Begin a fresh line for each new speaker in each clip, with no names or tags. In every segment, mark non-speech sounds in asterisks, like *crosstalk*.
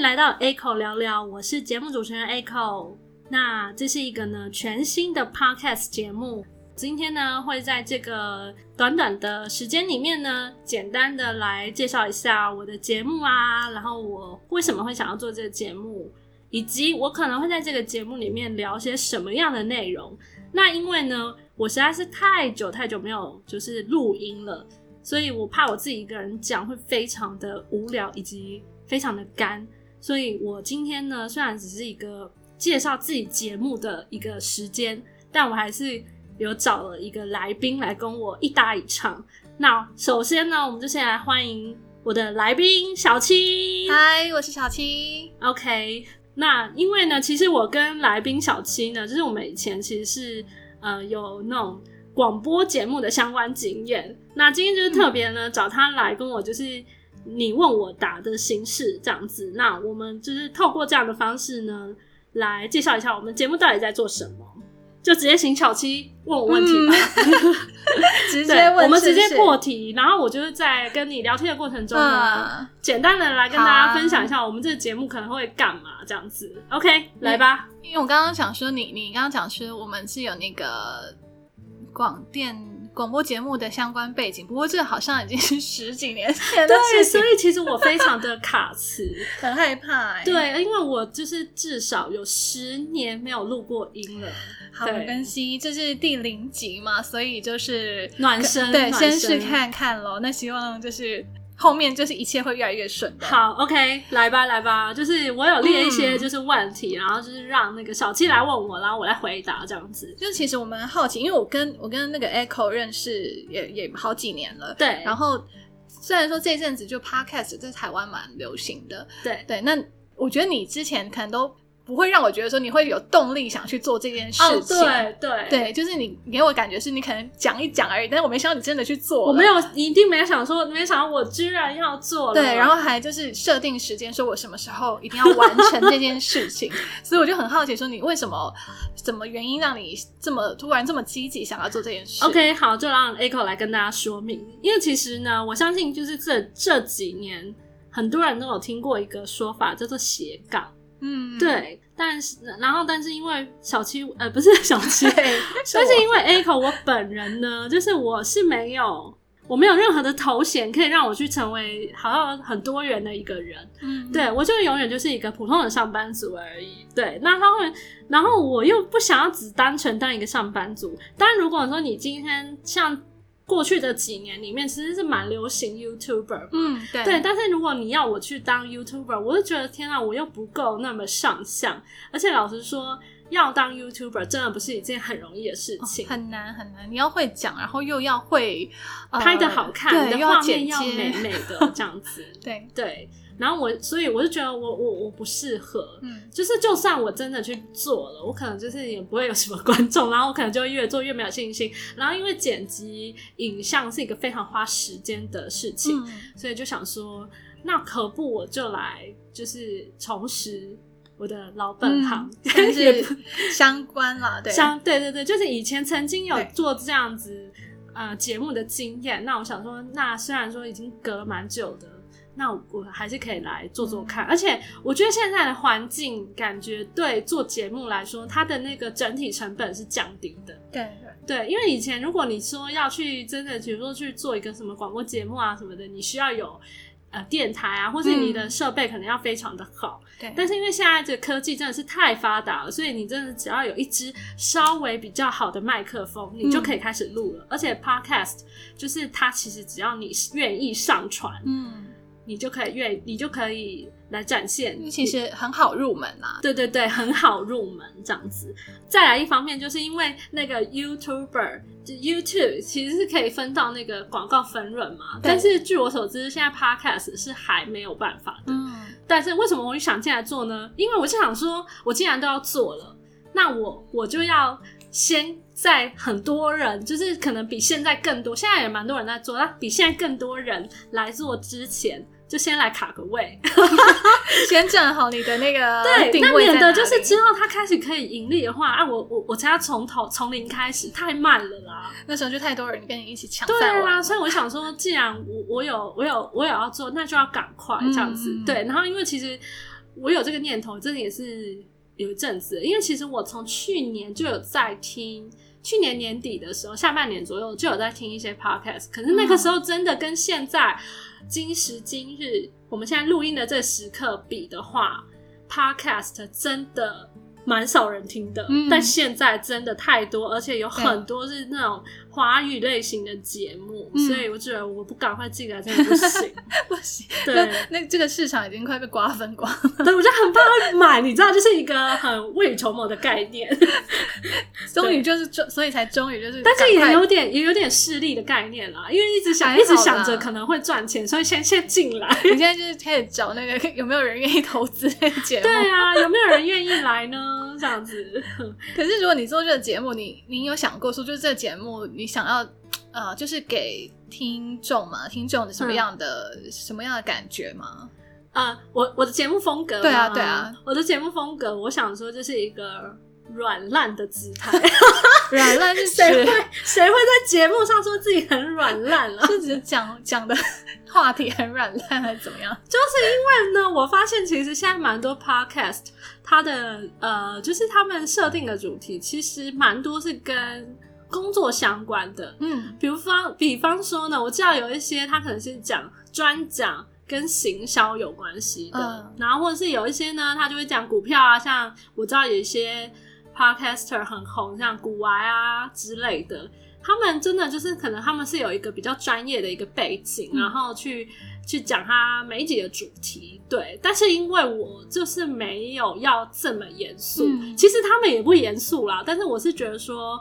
来到 Echo 聊聊，我是节目主持人 Echo。那这是一个呢全新的 Podcast 节目，今天呢会在这个短短的时间里面呢，简单的来介绍一下我的节目啊，然后我为什么会想要做这个节目，以及我可能会在这个节目里面聊些什么样的内容。那因为呢，我实在是太久太久没有就是录音了，所以我怕我自己一个人讲会非常的无聊，以及非常的干。所以我今天呢，虽然只是一个介绍自己节目的一个时间，但我还是有找了一个来宾来跟我一搭一唱。那首先呢，我们就先来欢迎我的来宾小七。
嗨，我是
*laughs*
小七。
OK，那因为呢，其实我跟来宾小七呢，就是我们以前其实是呃有那种广播节目的相关经验。那今天就是特别呢、找他来跟我就是你问我答的形式这样子。那我们就是透过这样的方式呢，来介绍一下我们节目到底在做什么。就直接请小七问我问题吧，
嗯
对
直接问，
我们直接破题，然后我就是在跟你聊天的过程中呢，
嗯，
简单的来跟
好
大
啊
家分享一下我们这个节目可能会干嘛这样子。OK，来
嗯
吧。
因为我刚刚想说你，你刚刚讲说我们是有那个广电广播节目的相关背景，不过这好像已经是十几年前的
对，
事情
所，以其实我非常的卡词，
很害怕、欸。，
对，
*laughs*
因为我就是至少有十年没有录过音了，
好，我
对
们更新这是第零集嘛，所以就是
暖身
对，
暖
先
身
试看看咯。那希望就是后面就是一切会越来越顺的。
好，OK，来吧，来吧，就是我有列一些
嗯
就是问题，然后就是让那个小七来问我，然后我来回答这样子。
就其实我蛮好奇，因为我跟我跟那个 Echo 认识也也好几年了，
对，
然
后
后虽然说这阵子就 Podcast 在台湾蛮流行的，
对，
对，那我觉得你之前可能都不会让我觉得说你会有动力想去做这件事
哦，
情，
对对，
对，就是你你给我感觉是你可能讲一讲而已，但是我没想到你真的去做了，
我没。有，一定没有想说，没想到我居然要做了。
对，然后还就是设定时间，说我什么时候一定要完成这件
*laughs*
事情，所以我就很好奇，说你为什么，什么原因让你这么突然这么积极想要做这件事
OK，好，就让 Echo 来跟大家说明，因为其实呢，我相信就是这这几年，很多人都有听过一个说法叫做斜杠，
嗯， *laughs*
对，但是然后但是因为小七呃不是小
*laughs*
七， *laughs*
对，
但是因为 Echo 我本人呢，就是我是没有我没有任何的头衔可以让我去成为好像很多元的一个人，
嗯，
对我就永远就是一个普通的上班族而已。对，那他会，然后我又不想要只单纯当一个上班族。当然，如果说你今天像过去的几年里面，其实是蛮流行 YouTuber，
嗯，对，
对，但是如果你要我去当 YouTuber，我就觉得天啊，我又不够那么上相。而且老实说，要当 YouTuber 真的不是一件很容易的事
哦
情。
很难很难，你要会讲，然后又要会、呃
拍的好看，
对，
你的
又
画
剪
面要
接
美，美
*laughs*
的这样子，
对，
对。然后我，所以我就觉得我我我不适合，
嗯，
就是就算我真的去做了，我可能就是也不会有什么观众，然后我可能就越做越没有信心。然后因为剪辑影像是一个非常花时间的事情，
嗯
所以就想说，那可不我就来就是重拾我的老本行，
嗯
*laughs*
但
也不
是相关啦，对，
像对对对，就是以前曾经有
对
做这样子呃节目的经验，那我想说，那虽然说已经隔了蛮久的，那我我还是可以来做做
嗯
看。而且我觉得现在的环境感觉对做节目来说，它的那个整体成本是降低的。
对
对，因为以前如果你说要去真的，比如说去做一个什么广播节目啊什么的，你需要有呃电台啊，或是你的
嗯
设备可能要非常的好。
对，
但是因为现在这个科技真的是太发达了，所以你真的只要有一支稍微比较好的麦克风，你就可以开始录了。
嗯
而且 Podcast 就是它其实只要你愿意上传，
嗯，
你就可以愿你就可以来展现
因为。其实很好入门啊啦，
对对对，很好入门这样子。再来一方面，就是因为那个 YouTuber 就 YouTube 其实是可以分到那个广告分润嘛，
对
但是据我所知，现在 Podcast 是还没有办法的。
嗯，
但是为什么我会想进来做呢？因为我就想说，我既然都要做了，那我我就要先在很多人，就是可能比现在更多，现在也蛮多人在做，那比现在更多人来做之前，就先来卡个位，
先站好你的那个
*laughs* 对，
哦定
那
位在
免得
哪
就是
里
之后他开始可以盈利的话，啊，我我我才要从头从零开始，太慢了啦。
那时候就太多人跟你一起抢
对
饭碗，
啊，所以我想说，既然我我有我有我有要做，那就要赶快这样子。
嗯
对，然后因为其实我有这个念头，真的也是有一阵子，因为其实我从去年就有在听，去年年底的时候，下半年左右就有在听一些 podcast，可是那
嗯
个时候真的跟现在、今时今日我们现在录音的这时刻比的话，podcast 真的。蛮少人听的，
嗯
但现在真的太多，而且有很
对
多是那种华语类型的节目，
嗯
所以我觉得我不赶快进来真的 *laughs* 不行。
不行，
对
那那这个市场已经快被瓜分光了，
对，我就很怕会买，你知道，就是一个很未雨绸缪的概念，
终于就是终，所以才终于就是，
但是也有点也有点势利的概念啦，因为一直想
还
一直
好
想
啦
着可能会赚钱，所以先先进来。
你现在就是开始找那个有没有人愿意投资这个节目。
对啊，有没有人愿意来呢？这样子， *laughs*
可是如果你做这个节目，你你有想过说，就是这个节目你想要呃，就是给听众嘛，听众什么
嗯
样的、什么样的感觉
*laughs*
吗？
呃，我我的节目风格，
对啊对啊，
我的节目风格，我想说这是一个软烂的姿态。
软烂是
谁
指
会谁会在节目上说自己很软烂啊了？
是指讲讲的话题很软烂还是怎么样？
就是因为呢，我发现其实现在蛮多 podcast，它的呃，就是他们设定的主题其实蛮多是跟工作相关的。
嗯，
比如方比方说呢，我知道有一些它可能是讲专讲跟行销有关系的，
嗯
然后或者是有一些呢，它就会讲股票啊，像我知道有一些 podcaster 很红，像股癌啊之类的。他们真的就是可能他们是有一个比较专业的一个背景，
嗯
然后去去讲他每一集的主题，对。但是因为我就是没有要这么严肃，
嗯
其实他们也不严肃啦，但是我是觉得说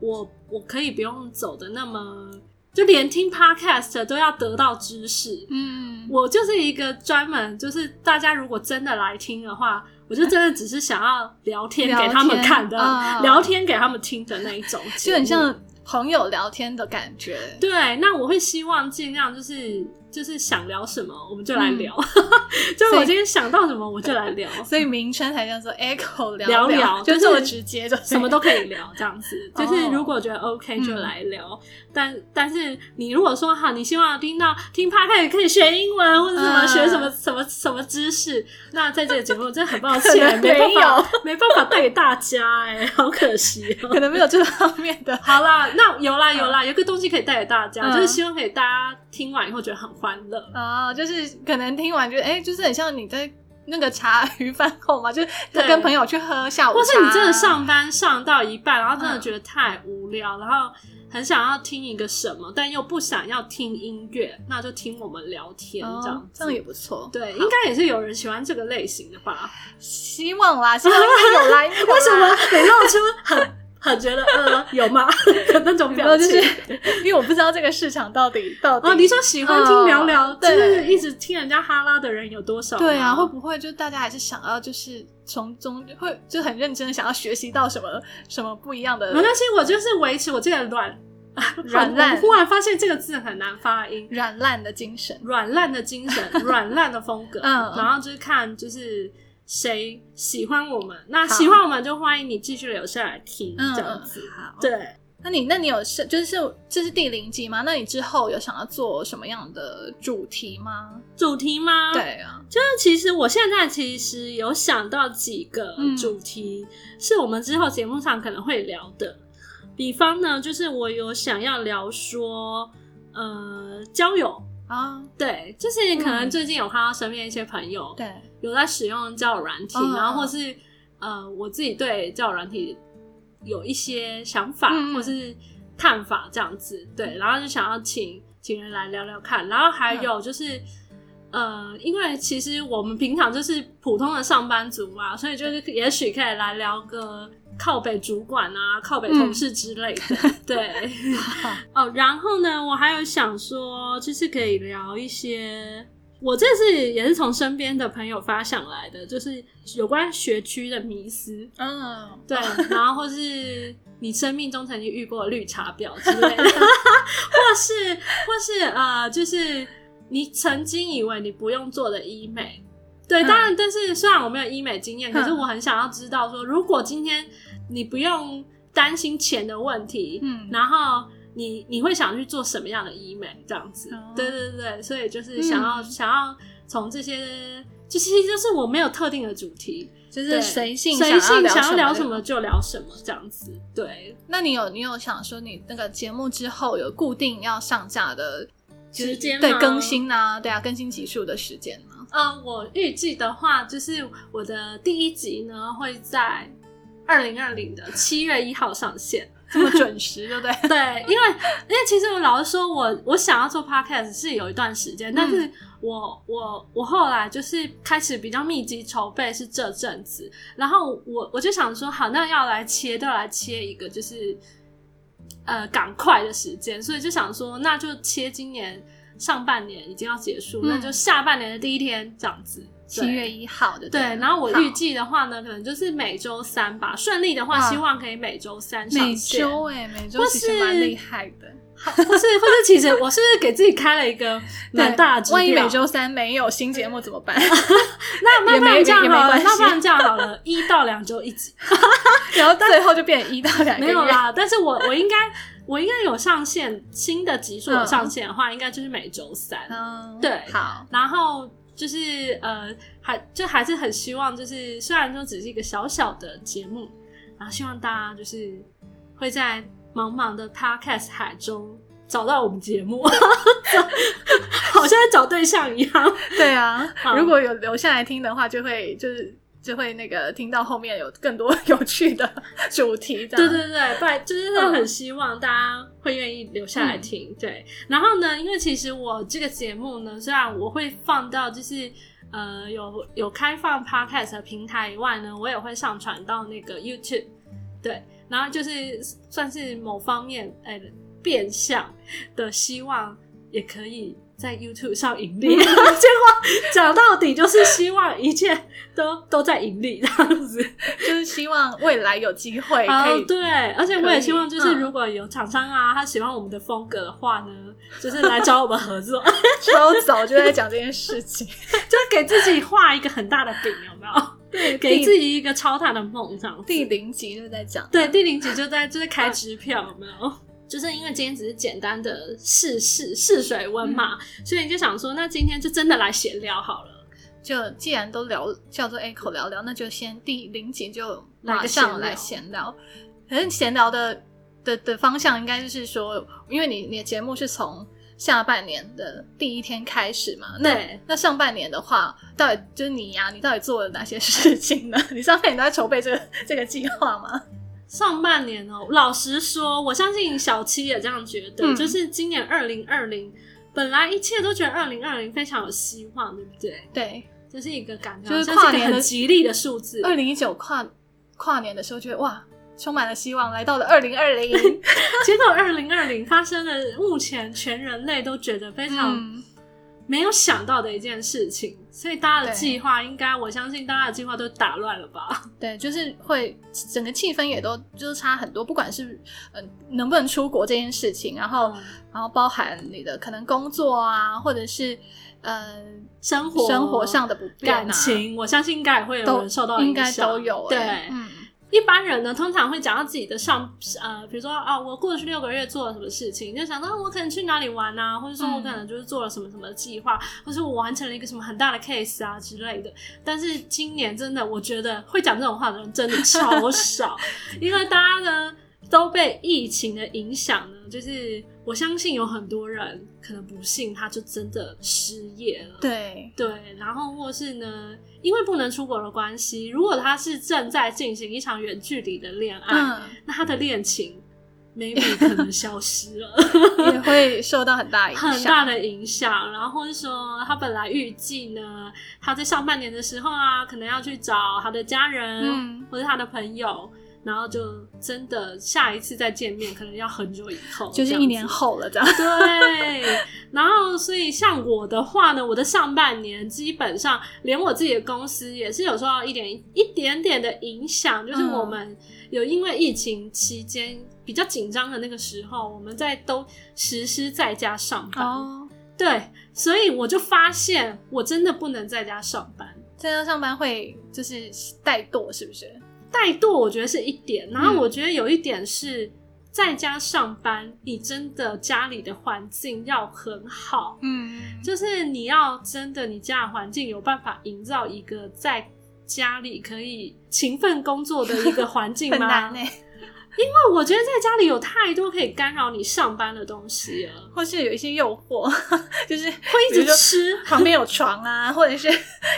我我可以不用走的那么，就连听 podcast 都要得到知识。
嗯，
我就是一个专门，就是大家如果真的来听的话，我就真的只是想要聊天
聊
给
天
他们看的，
啊
聊天给他们听的那一种，
就很。像朋友聊天的感觉。
对，那我会希望尽量就是就是想聊什么我们就来聊， *laughs* 就是
嗯所
我
以
今天想到什么我就来聊，
所以名称才叫做 Echo 聊
聊聊就
就
是是
这么直接，就
什么都可以聊，这样子。
*laughs* 哦嗯
就是如果觉得 OK 就来聊，但但是你如果说哈，你希望听到听 p o d 也可以学英文或者什么、
嗯
学什么什么什么知识，那在这个节目真的很抱
可
歉，
能
没办
没有
法没办法带给大家、哎，好可惜哦、 *laughs*
可能没有这方面的。
好啦，那有啦有啦，有个东西可以带给大家，
嗯
就是希望给大家听完以后觉得很欢乐。
啊，就是可能听完觉得，哎、就是很像你在那个茶余饭后嘛，就是 *laughs*
对
跟朋友去喝下午茶，
或是你真的
啊
上班上到一半，然后真
嗯
的觉得太无聊，然后很想要听一个什么，但又不想要听音乐，那就听我们聊天、
哦
这样子。
这样也不错。
对，
好
应该也是有人喜欢这个类型的吧？
希望啦，希望应该有啦。应该有啦
*laughs* 为什么？得露出很很觉得
*laughs*
呃有吗的那种
然后
表
就
情？
是 *laughs* 因为我不知道这个市场到底到底。
哦，你说喜欢听聊聊，
哦
就
对
是一直听人家哈拉的人有多少吗？
对啊，会不会就大家还是想要就是从中会就很认真的想要学习到什么什么不一样的
没关系，我就是维持我这个软
软
*laughs*
烂
我忽然发现这个字很难发音，
软烂的精神？
软烂的精神，
*laughs*
软烂的风格，
嗯
然后就是看就是谁喜欢我们，那
好
喜欢我们就欢迎你继续留下来听，
嗯，
这样
嗯
子。
好。
对，
那你那你有是就是这是第零集吗？那你之后有想要做什么样的主题吗？
主题吗？，
对啊，
就是其实我现在其实有想到几个
嗯
主题，是我们之后节目上可能会聊的。比方呢，就是我有想要聊说，呃，交友，
啊，
对，就是可能
嗯
最近有看到身边一些朋友，
对，
有在使用交友软体，
嗯
然后或是呃，我自己对交友软体有一些想法、
嗯
或是看法这样子，对，然后就想要请请人来聊聊看，然后
嗯
还有就是。呃，因为其实我们平常就是普通的上班族嘛，所以就是也许可以来聊个靠北主管啊、靠北同事之类的，对。哦，然后呢，我还有想说，就是可以聊一些，我这是也是从身边的朋友发想来的，就是有关学区的迷思，
嗯， *laughs*
对，然后或是你生命中曾经遇过的绿茶婊之类
*laughs*
的，或是或是呃，就是你曾经以为你不用做的医美。对，
嗯
当然，但是虽然我没有医美经验，可是
嗯
我很想要知道说，如果今天你不用担心钱的问题，
嗯
然后你你会想去做什么样的医美这样子？
哦
对对对，所以就是想要、
嗯
想要从这些就其实就是我没有特定的主题，
就是随性
随性
想
想要聊什
么
么
就。
就聊什么这样子。对，
那你有你有想说你那个节目之后有固定要上架的就是
时间吗
对更新啊，对啊，更新集数的时间吗？
呃，我预计的话，就是我的第一集呢会在二零二零的七月一号上线。
这么准时，对不
*laughs*
对？
对，因为因为其实我老实说我，我想要做 podcast 是有一段时间，但
嗯
是我我我后来就是开始比较密集筹备是这阵子，然后我我就想说，好，那要来切，都要来切一个，就是呃赶快的时间，所以就想说，那就切今年上半年已经要结束，
嗯
那就下半年的第一天这样子，对
七月一号的
对，然后我预计的话呢，可能就是每周三吧，顺利的话，
哇
希望可以每周三
每
上线。
周哎、每周
或
其实
是
蛮厉害的。
*laughs* 或是或是，其实我是不是给自己开了一个蛮
对
大的指标？
万一每周三没有新节目怎么办？
*laughs* 那那
也
不
没
然这样
也没
好了，
关系
那不然这样好了，一到两周一
*laughs*
集
然后最后就变成一到两
没
个月。
有啦。但是我我应该我应该有上线新的集数，
嗯
有上线的话应该就是每周三，
嗯，
对
好，
然后。就是呃，还就还是很希望，就是虽然说只是一个小小的节目，然后希望大家就是会在茫茫的 podcast 海中找到我们节目， *laughs* 好像在找对象一样。
*laughs* 对啊
好，
如果有留下来听的话，就会就是就会那个听到后面有更多有趣的主题。这
对
样
对对，不然就是
嗯
很希望大家会愿意留下来听。对，然后呢，因为其实我这个节目呢，虽然我会放到就是呃有有开放 podcast 的平台以外呢，我也会上传到那个 YouTube。对，然后就是算是某方面呃变相的希望，也可以在 YouTube 上盈
*laughs*
利。结果讲到底就是希望一切都都在盈利这样子。
就是希望未来有机会可
哦
以，
对，而且我
可
也
以
希望，就是
嗯
如果有厂商啊，他喜欢我们的风格的话呢，就是来找我们合
*laughs*
作，
超早就在讲这件事情，
就给自己画一个很大的饼，有没有？
*laughs* 对
给自己一个超大的梦，这样子。
第零集就在讲，
对，第零集就在就是开支票，有没有？就是因为今天只是简单的试试试水温嘛，
嗯
所以你就想说，那今天就真的来闲聊好了。
就既然都聊叫做 A 口聊聊，那就先第零集就
来个
马
闲聊
上来闲聊。可是闲聊的的的方向应该就是说，因为你你的节目是从下半年的第一天开始嘛，那
对
那上半年的话，到底就是你呀、你到底做了哪些事情呢？ *laughs* 你上半年都在筹备这个这个计划吗？
上半年哦，老实说，我相信小七也这样觉得，
嗯
就是今年二零二零，本来一切都觉得二零二零非常有希望，对不对？
对，
这是一个感觉，
就是
好像
跨
一个
年的
很吉利的数字，
二零一九跨跨年的时候，觉得哇，充满了希望，来到了二零二零，
*laughs* 结果二零二零发生了目前全人类都觉得非常
嗯，
没有想到的一件事情，所以大家的
对
计划应该，我相信大家的计划都打乱了吧？
对，就是会整个气氛也都就是差很多，不管是嗯、能不能出国这件事情，然后、
嗯
然后包含你的可能工作啊，或者是呃
生活
生活上的不便、啊，
感情，我相信应该也会有
都
人受到
应
影
该
响，
都有、
对，
欸嗯，
一般人呢，通常会讲到自己的上呃，比如说啊，我过去六个月做了什么事情，就想到、啊我可能去哪里玩啊，或者说我可能就是做了什么什么计划，或是我完成了一个什么很大的 case 啊之类的。但是今年真的，我觉得会讲这种话的人真的超
*laughs*
少，因为大家呢都被疫情的影响呢，就是我相信有很多人可能不幸他就真的失业了。
对，
对，然后或是呢，因为不能出国的关系，如果他是正在进行一场远距离的恋爱，
嗯，
那他的恋情 maybe 可能消失
*laughs*
了，
也会受到很大影响，
很大的影响。然后或是说，他本来预计呢，他在上半年的时候啊，可能要去找他的家人、
嗯
或者他的朋友，然后就真的下一次再见面，可能要很久以后，
就是
这样
一年
子
后了这 *laughs* 样。
对，然后所以像我的话呢，我的上半年基本上连我自己的公司也是有受到一点一点点的影响，就是
嗯
我们有因为疫情期间比较紧张的那个时候，我们在都实施在家上班，
哦，
对，所以我就发现我真的不能在家上班。
在家上班会就是怠惰，是不是？
怠惰，我觉得是一点，然后
嗯
我觉得有一点是在家上班，你真的家里的环境要很好，
嗯，
就是你要真的你家的环境有办法营造一个在家里可以勤奋工作的一个环 *laughs* 境
很
吗
难？欸呢、
因为我觉得在家里有太多可以干扰你上班的东西了，
或是有一些诱惑，就是
会 *laughs* 一
比如
直
说
吃
*laughs* 旁边有床啊，或者是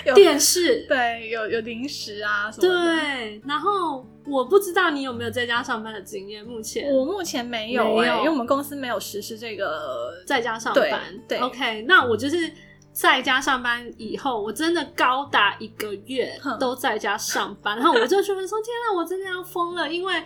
有
电视，
对有有零食啊什么的。
对，然后我不知道你有没有在家上班的经验，目前
我目前没有
没
哎、
有
因为我们公司没有实施这个。
在家上班，
对对
OK，那我就是在家上班以后，我真的高达一个月
哼
都在家上班，然后我就觉得说，天啊，我真的要疯了，因为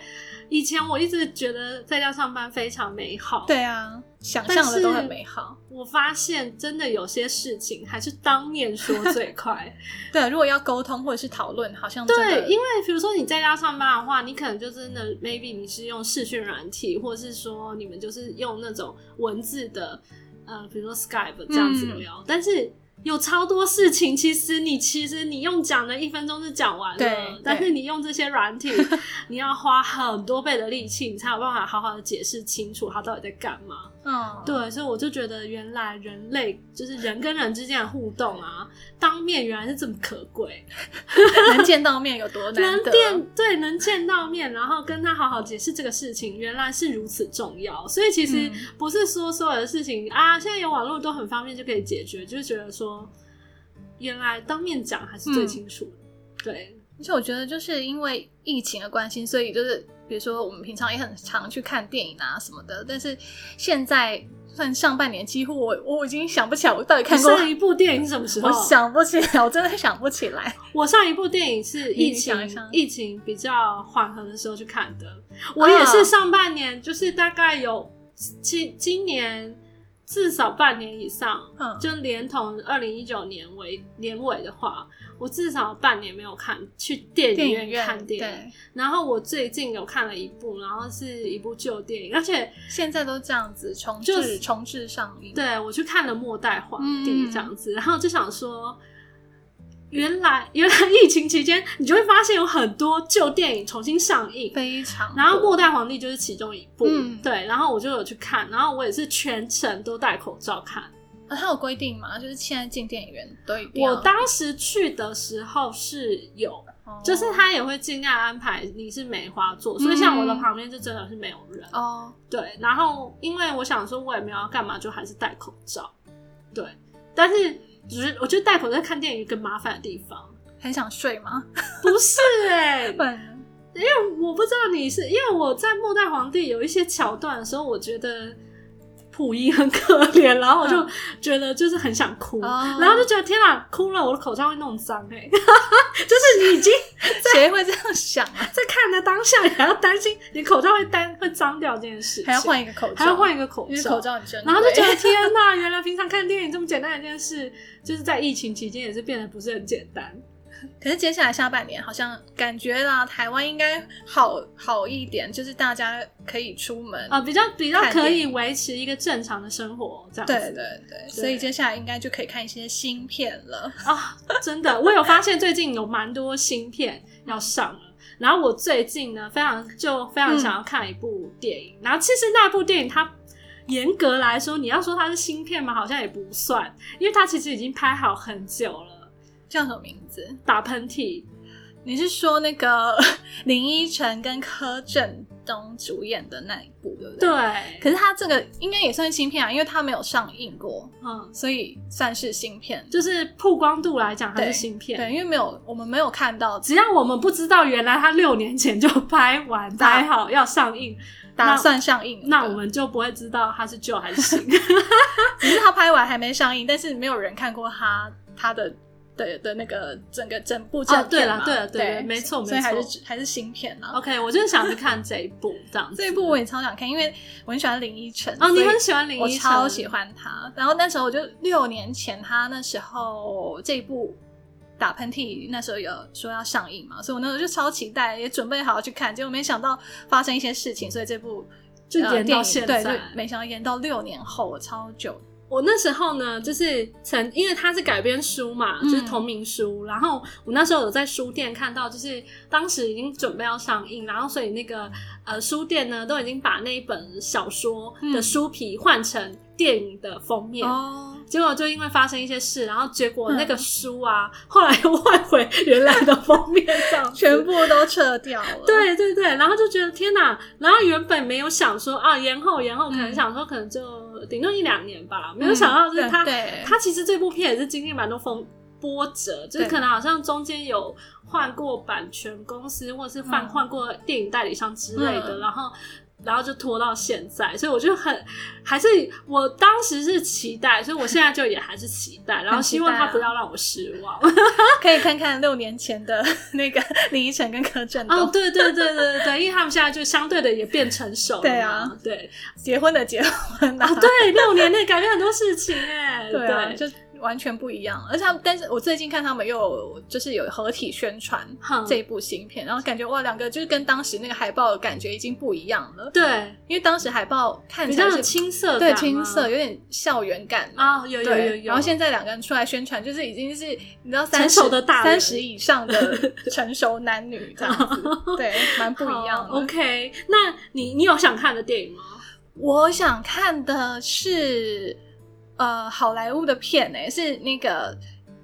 以前我一直觉得在家上班非常美好，，
对啊，想
但
象的都
是
很美好。
我发现真的有些事情还是当面说最快，
对，啊如果要沟通或者是讨论，好像真的
对，因为比如说你在家上班的话，你可能就真的 maybe 你是用视讯软体，或是说你们就是用那种文字的，呃，比如说 Skype 这样子
嗯
聊，但是。有超多事情，其实你其实你用讲的一分钟就讲完
对
了，但
对
是你用这些软体， *laughs* 你要花很多倍的力气，你才有办法好好的解释清楚他到底在干嘛。
嗯，
对，所以我就觉得原来人类就是人跟人之间的互动啊，当面原来是这么可贵。
能见到面有
*laughs*
多难
能
得？
见对能见到面，然后跟他好好解释这个事情，原来是如此重要。所以其实
嗯
不是说所有的事情、啊，现在有网络都很方便就可以解决，就是觉得说原来当面讲还是最清楚的。对，
而且我觉得，就是因为疫情的关系，所以就是比如说我们平常也很常去看电影啊什么的，但是现在算上半年，几乎我我已经想不起来我到底看过，
上一部电影是什哦么时候？
我想不起来，我真的想不起来。
我上一部电影是疫情
你你想一啊想
疫情比较缓和的时候去看的，我也是上半年，就是大概有今今年至少半年以上，
嗯
就连同二零一九年为年尾的话，我至少半年没有看去电
电
影
影院
院看电影。
对，
然后我最近有看了一部，然后是一部旧电影，而且
现在都这样子重置、
就是
重置上映。
对我去看了《末代皇帝
嗯》
这样子，然后就想说，原来原来疫情期间，你就会发现有很多旧电影重新上映。
非常多。
然后《末代皇帝》就是其中一部，
嗯
对，然后我就有去看，然后我也是全程都戴口罩看。
啊它有规定嘛，就是现在进电影院都一定要
我当时去的时候是有，
哦
就是他也会尽量安排你是梅花座，所以像我的旁边就真的是没有人。
哦，
对，然后因为我想说，我也没有要干嘛，就还是戴口罩。对，但是只是我觉得戴口罩看电影有一个麻烦的地方，
很想睡吗？
不是哎、
本
*laughs* 我不知道你是因为我在《末代皇帝》有一些桥段的时候，我觉得溥仪很可怜，然后我就
嗯
觉得就是很想哭，
哦
然后就觉得天哪，哭了我的口罩会弄脏哎、欸，就是你已经
谁会这样想啊？
在看的当下，你还要担心你口罩会单会脏掉这件事情，
还要换一个口罩，
还要换一个口
因为
罩，
口罩很珍贵，
然后就觉得天哪，原来平常看电影这么简单的一件事，就是在疫情期间也是变得不是很简单。
可是接下来下半年好像感觉啦，台湾应该好好一点，就是大家可以出门。
啊，比较比较
看电
可以
影
维持一个正常的生活，这样子。
对对对，所以接下来应该就可以看一些新片了。
啊，真的，我有发现最近有蛮多新片要上了。然后我最近呢，非常就非常想要看一部电影。然后其实那部电影它严格来说，你要说它是新片嘛，好像也不算，因为它其实已经拍好很久了。
叫什么名字？
打喷嚏，
你是说那个 *laughs* 林依晨跟柯震东主演的那一部，对不
对
对？。，可是他这个应该也算新片啊，因为他没有上映过，
嗯，
所以算是新片。
就是曝光度来讲，它
对
是新片。
对，因为没有我们没有看到，
只要我们不知道原来它六年前就拍完
打
拍好要上映，
打算上映了
那我们就不会知道它是旧还是新。
只是他拍完还没上映，但是没有人看过他他的的的那个整个整部正片嘛、
哦对了对了对
对，
没错
所以还
没
是
错哦
只还是新片啊。
OK，我就是想去看这一部这样子。
*laughs* 这一部我也超想看，因为我很喜欢林依晨
哦，你
所以
很喜欢林
我
依晨，
超喜。欢她。然后那时候我就六年前，她那时候这一部打喷嚏那时候有说要上映嘛，所以我那时候就超期待，也准备好要去看，结果没想到发生一些事情，所以这部
就
呃
延到
电影
现在
对，就没想到延到六年后，超久。
我那时候呢，就是曾因为它是改编书嘛，
嗯
就是同名书，然后我那时候有在书店看到，就是当时已经准备要上映，然后所以那个呃书店呢都已经把那一本小说的书皮换成电影的封面。
嗯哦，嗯
结果就因为发生一些事，然后结果那个书啊，后来又换回原来的封面上，
全部都撤掉了。，
对对对，然后就觉得天哪！然后原本没有想说啊，延后延后，可能想说可能就顶多一两年吧，没有想到就是他、
嗯对
他其实这部片也是经历蛮多风波折，就是
对
可能好像中间有换过版权公司，或者是换
嗯
换过电影代理商之类的，
嗯
然后。然后就拖到现在，所以我就很还是我当时是期待，所以我现在就也还是期待，然后
很期
希望
待
他
啊
不要让我失望。
可以看看六年前的 *laughs* 那个林依晨跟柯震
哦，
东
对对对对对对，因为他们现在就相对的也变成熟了嘛，
对啊
对
结婚的结婚啊
啊，对，六年内改变很多事情哎，
*laughs* 对啊，
对，
就完全不一样。而且他们，但是我最近看他们又有就是有合体宣传
哼
这一部新片，然后感觉哇，两个就是跟当时那个海报的感觉已经不一样了。
对
因为当时海报看
比
起来
较有
是
青涩，
对青涩，。有点校园感嘛。
啊，有有
对
有有，
然后现在两个人出来宣传，就是已经是你知道
成
三
熟的大人
三十以
*laughs*
上的成熟男女这样子，对，蛮不一样
哦好
的。
OK，那你你有想看的电影吗？
我想看的是呃好莱坞的片诶、是那个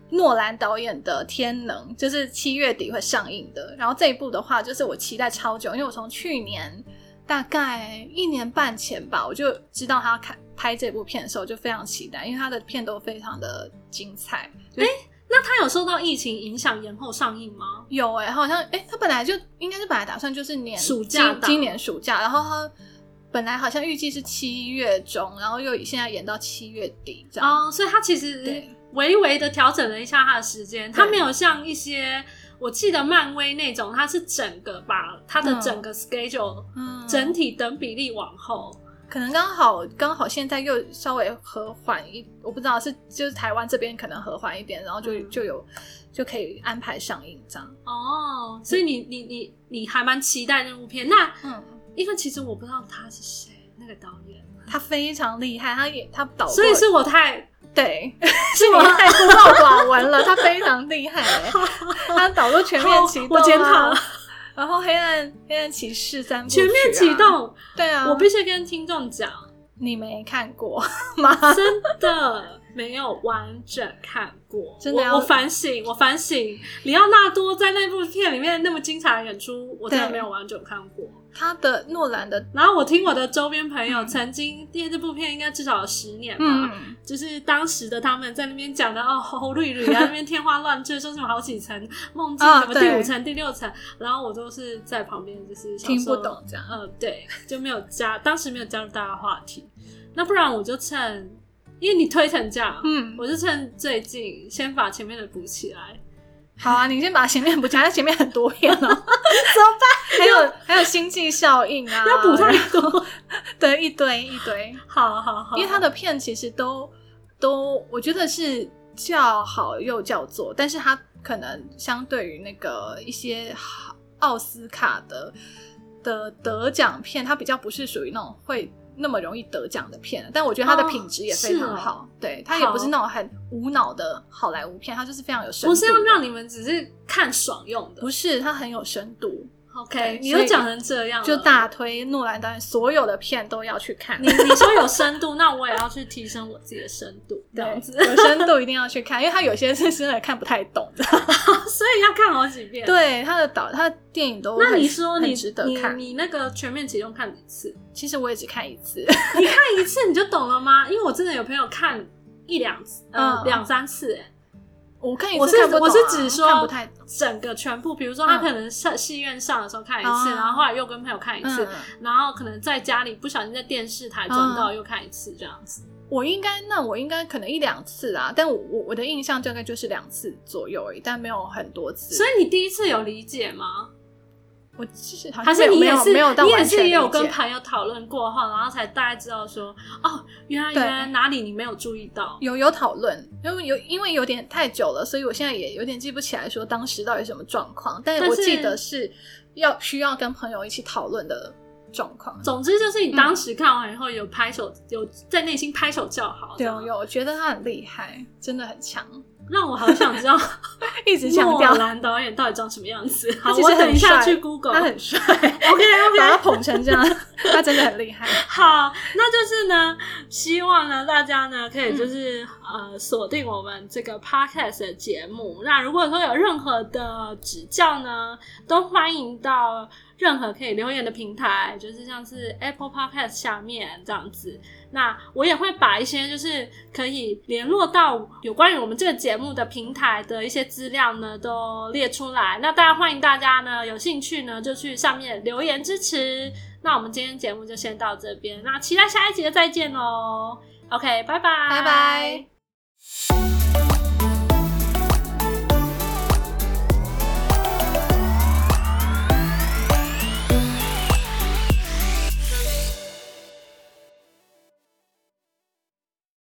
诺兰导演的《天能》，就是七月底会上映的。然后这一部的话，就是我期待超久，因为我从去年大概一年半前吧，我就知道他要开拍这部片的时候，我就非常期待，因为他的片都非常的精彩。
那它有受到疫情影响延后上映吗？
有哎、好像哎、他本来就应该是本来打算就是年
暑假档
今今年暑假，然后他本来好像预计是七月中，然后又现在演到七月底这样。
哦，所以它其实
啊对
微微的调整了一下它的时间，它
对
没有像一些我记得漫威那种，它是整个把它的整个 schedule
嗯
整体等比例往后。
可能刚好刚好现在又稍微和缓一，我不知道是就是台湾这边可能和缓一点，然后就、
嗯
就有就可以安排上映这样。
哦，所以你你你你还蛮期待那部片。那
嗯，
因为其实我不知道他是谁，那个导演，
他非常厉害，他也他哦导过
所以是我
*laughs*
太
对，
是
*laughs* 你太孤陋寡闻了，他非常厉害、欸，
*laughs*
他导入全面启动、啊，
好我检讨。
然后黑暗黑暗骑士三部、啊
全面启，动。
对啊，
我必须跟听众讲，
你没看过吗？
真的。没有完整看过，
*laughs* 真的要
我，我反省，我反省。里奥纳多在那部片里面那么精彩的演出，我真的
对
没有完整看过。
他的诺兰的，
然后我听我的周边朋友
嗯
曾经，因为这部片应该至少有十年吧，
嗯，
就是当时的他们在那边讲的哦，红绿绿啊，那边天花乱坠，说什么好几层梦境，
啊
什么第
对
五层、第六层，然后我都是在旁边就是想说
听不懂，这样。
呃，对，就没有加，当时没有加入大家话题。那不然我就趁，因为你推成这样，
嗯，
我就趁最近先把前面的补起来。
好啊，你先把前面补起来，它前面很多
*laughs*
片哦，怎么办？还有还有星际效应啊，
要补太
多， *laughs* 对，一堆一堆。
好好好，
因为他的片其实都都，我觉得是叫好又叫座，但是他可能相对于那个一些奥斯卡的的得奖片，它比较不是属于那种会那么容易得奖的片，但我觉得它的
哦
品质也非
是哦
常好，对，它也不是那种很无脑的好莱坞片，它就是非常有深
不
度，
是要让你们只是看爽用的
不是它很有深度，
，OK？
对
你
所
都
以
讲成这样了，
就大推诺兰导演所有的片都要去看
你。你说有深度，那我也要去提升我自己的深度，这
*laughs* 对，
样子。
有深度一定要去看，因为它有些是真的看不太懂，
所以要看好几遍。，
对他的导，他的电影都
那
很
你说
很
你
值得
你
看。
你那个全面启动看几次？ *laughs*
其实我也只看一次， *laughs*
你看一次你就懂了吗？因为我真的有朋友看一两次，呃，
嗯
两、三次、哎，
我看一
我
次
是
看不
我
懂啊、
是指说
看不太懂嗯
整个全部，比如说他可能上戏院上的时候看一次，
哦
然后后来又跟朋友看一次，
嗯
然后可能在家里不小心在电视台转到又看一次这样子。
我应该那我应该可能一两次啊，但我我我的印象大概就是两次左右而已，但没有很多次。
所以你第一次有理解吗？
我就是好像
还是你
啊没
也
有
是
没有到
你也
完全
是
理
也有跟
解
朋友讨论过后，然后才大概知道说，哦，原来
对
原来哪里你没有注意到。
有有讨论，因为有因为有点太久了，所以我现在也有点记不起来说当时到底什么状况，但
但
我
是
记得是要需要跟朋友一起讨论的状况。
总之就是你
嗯
当时看完以后有拍手，有在内心拍手叫好，这
对，
样
我有，我觉得他很厉害，真的很强，
让我好想
*laughs*
知道
一直强
诺
调
兰导演到底长什么样子。好，
他其
我
实
等
很
一下
帅，
去 Google。
他很 *laughs* 帅
OK
把他
OK，
捧成这样， *laughs* 他真的很厉害。
好，那就是呢，希望呢大家呢可以就是、
嗯
呃锁定我们这个 podcast 的节目。那如果说有任何的指教呢，都欢迎到任何可以留言的平台，就是像是 Apple Podcast 下面这样子。那我也会把一些就是可以联络到有关于我们这个节目的平台的一些资料呢，都列出来。那大家欢迎大家呢有兴趣呢就去上面留言支持。那我们今天节目就先到这边，那期待下一集的再见喽。OK，拜拜，
拜拜。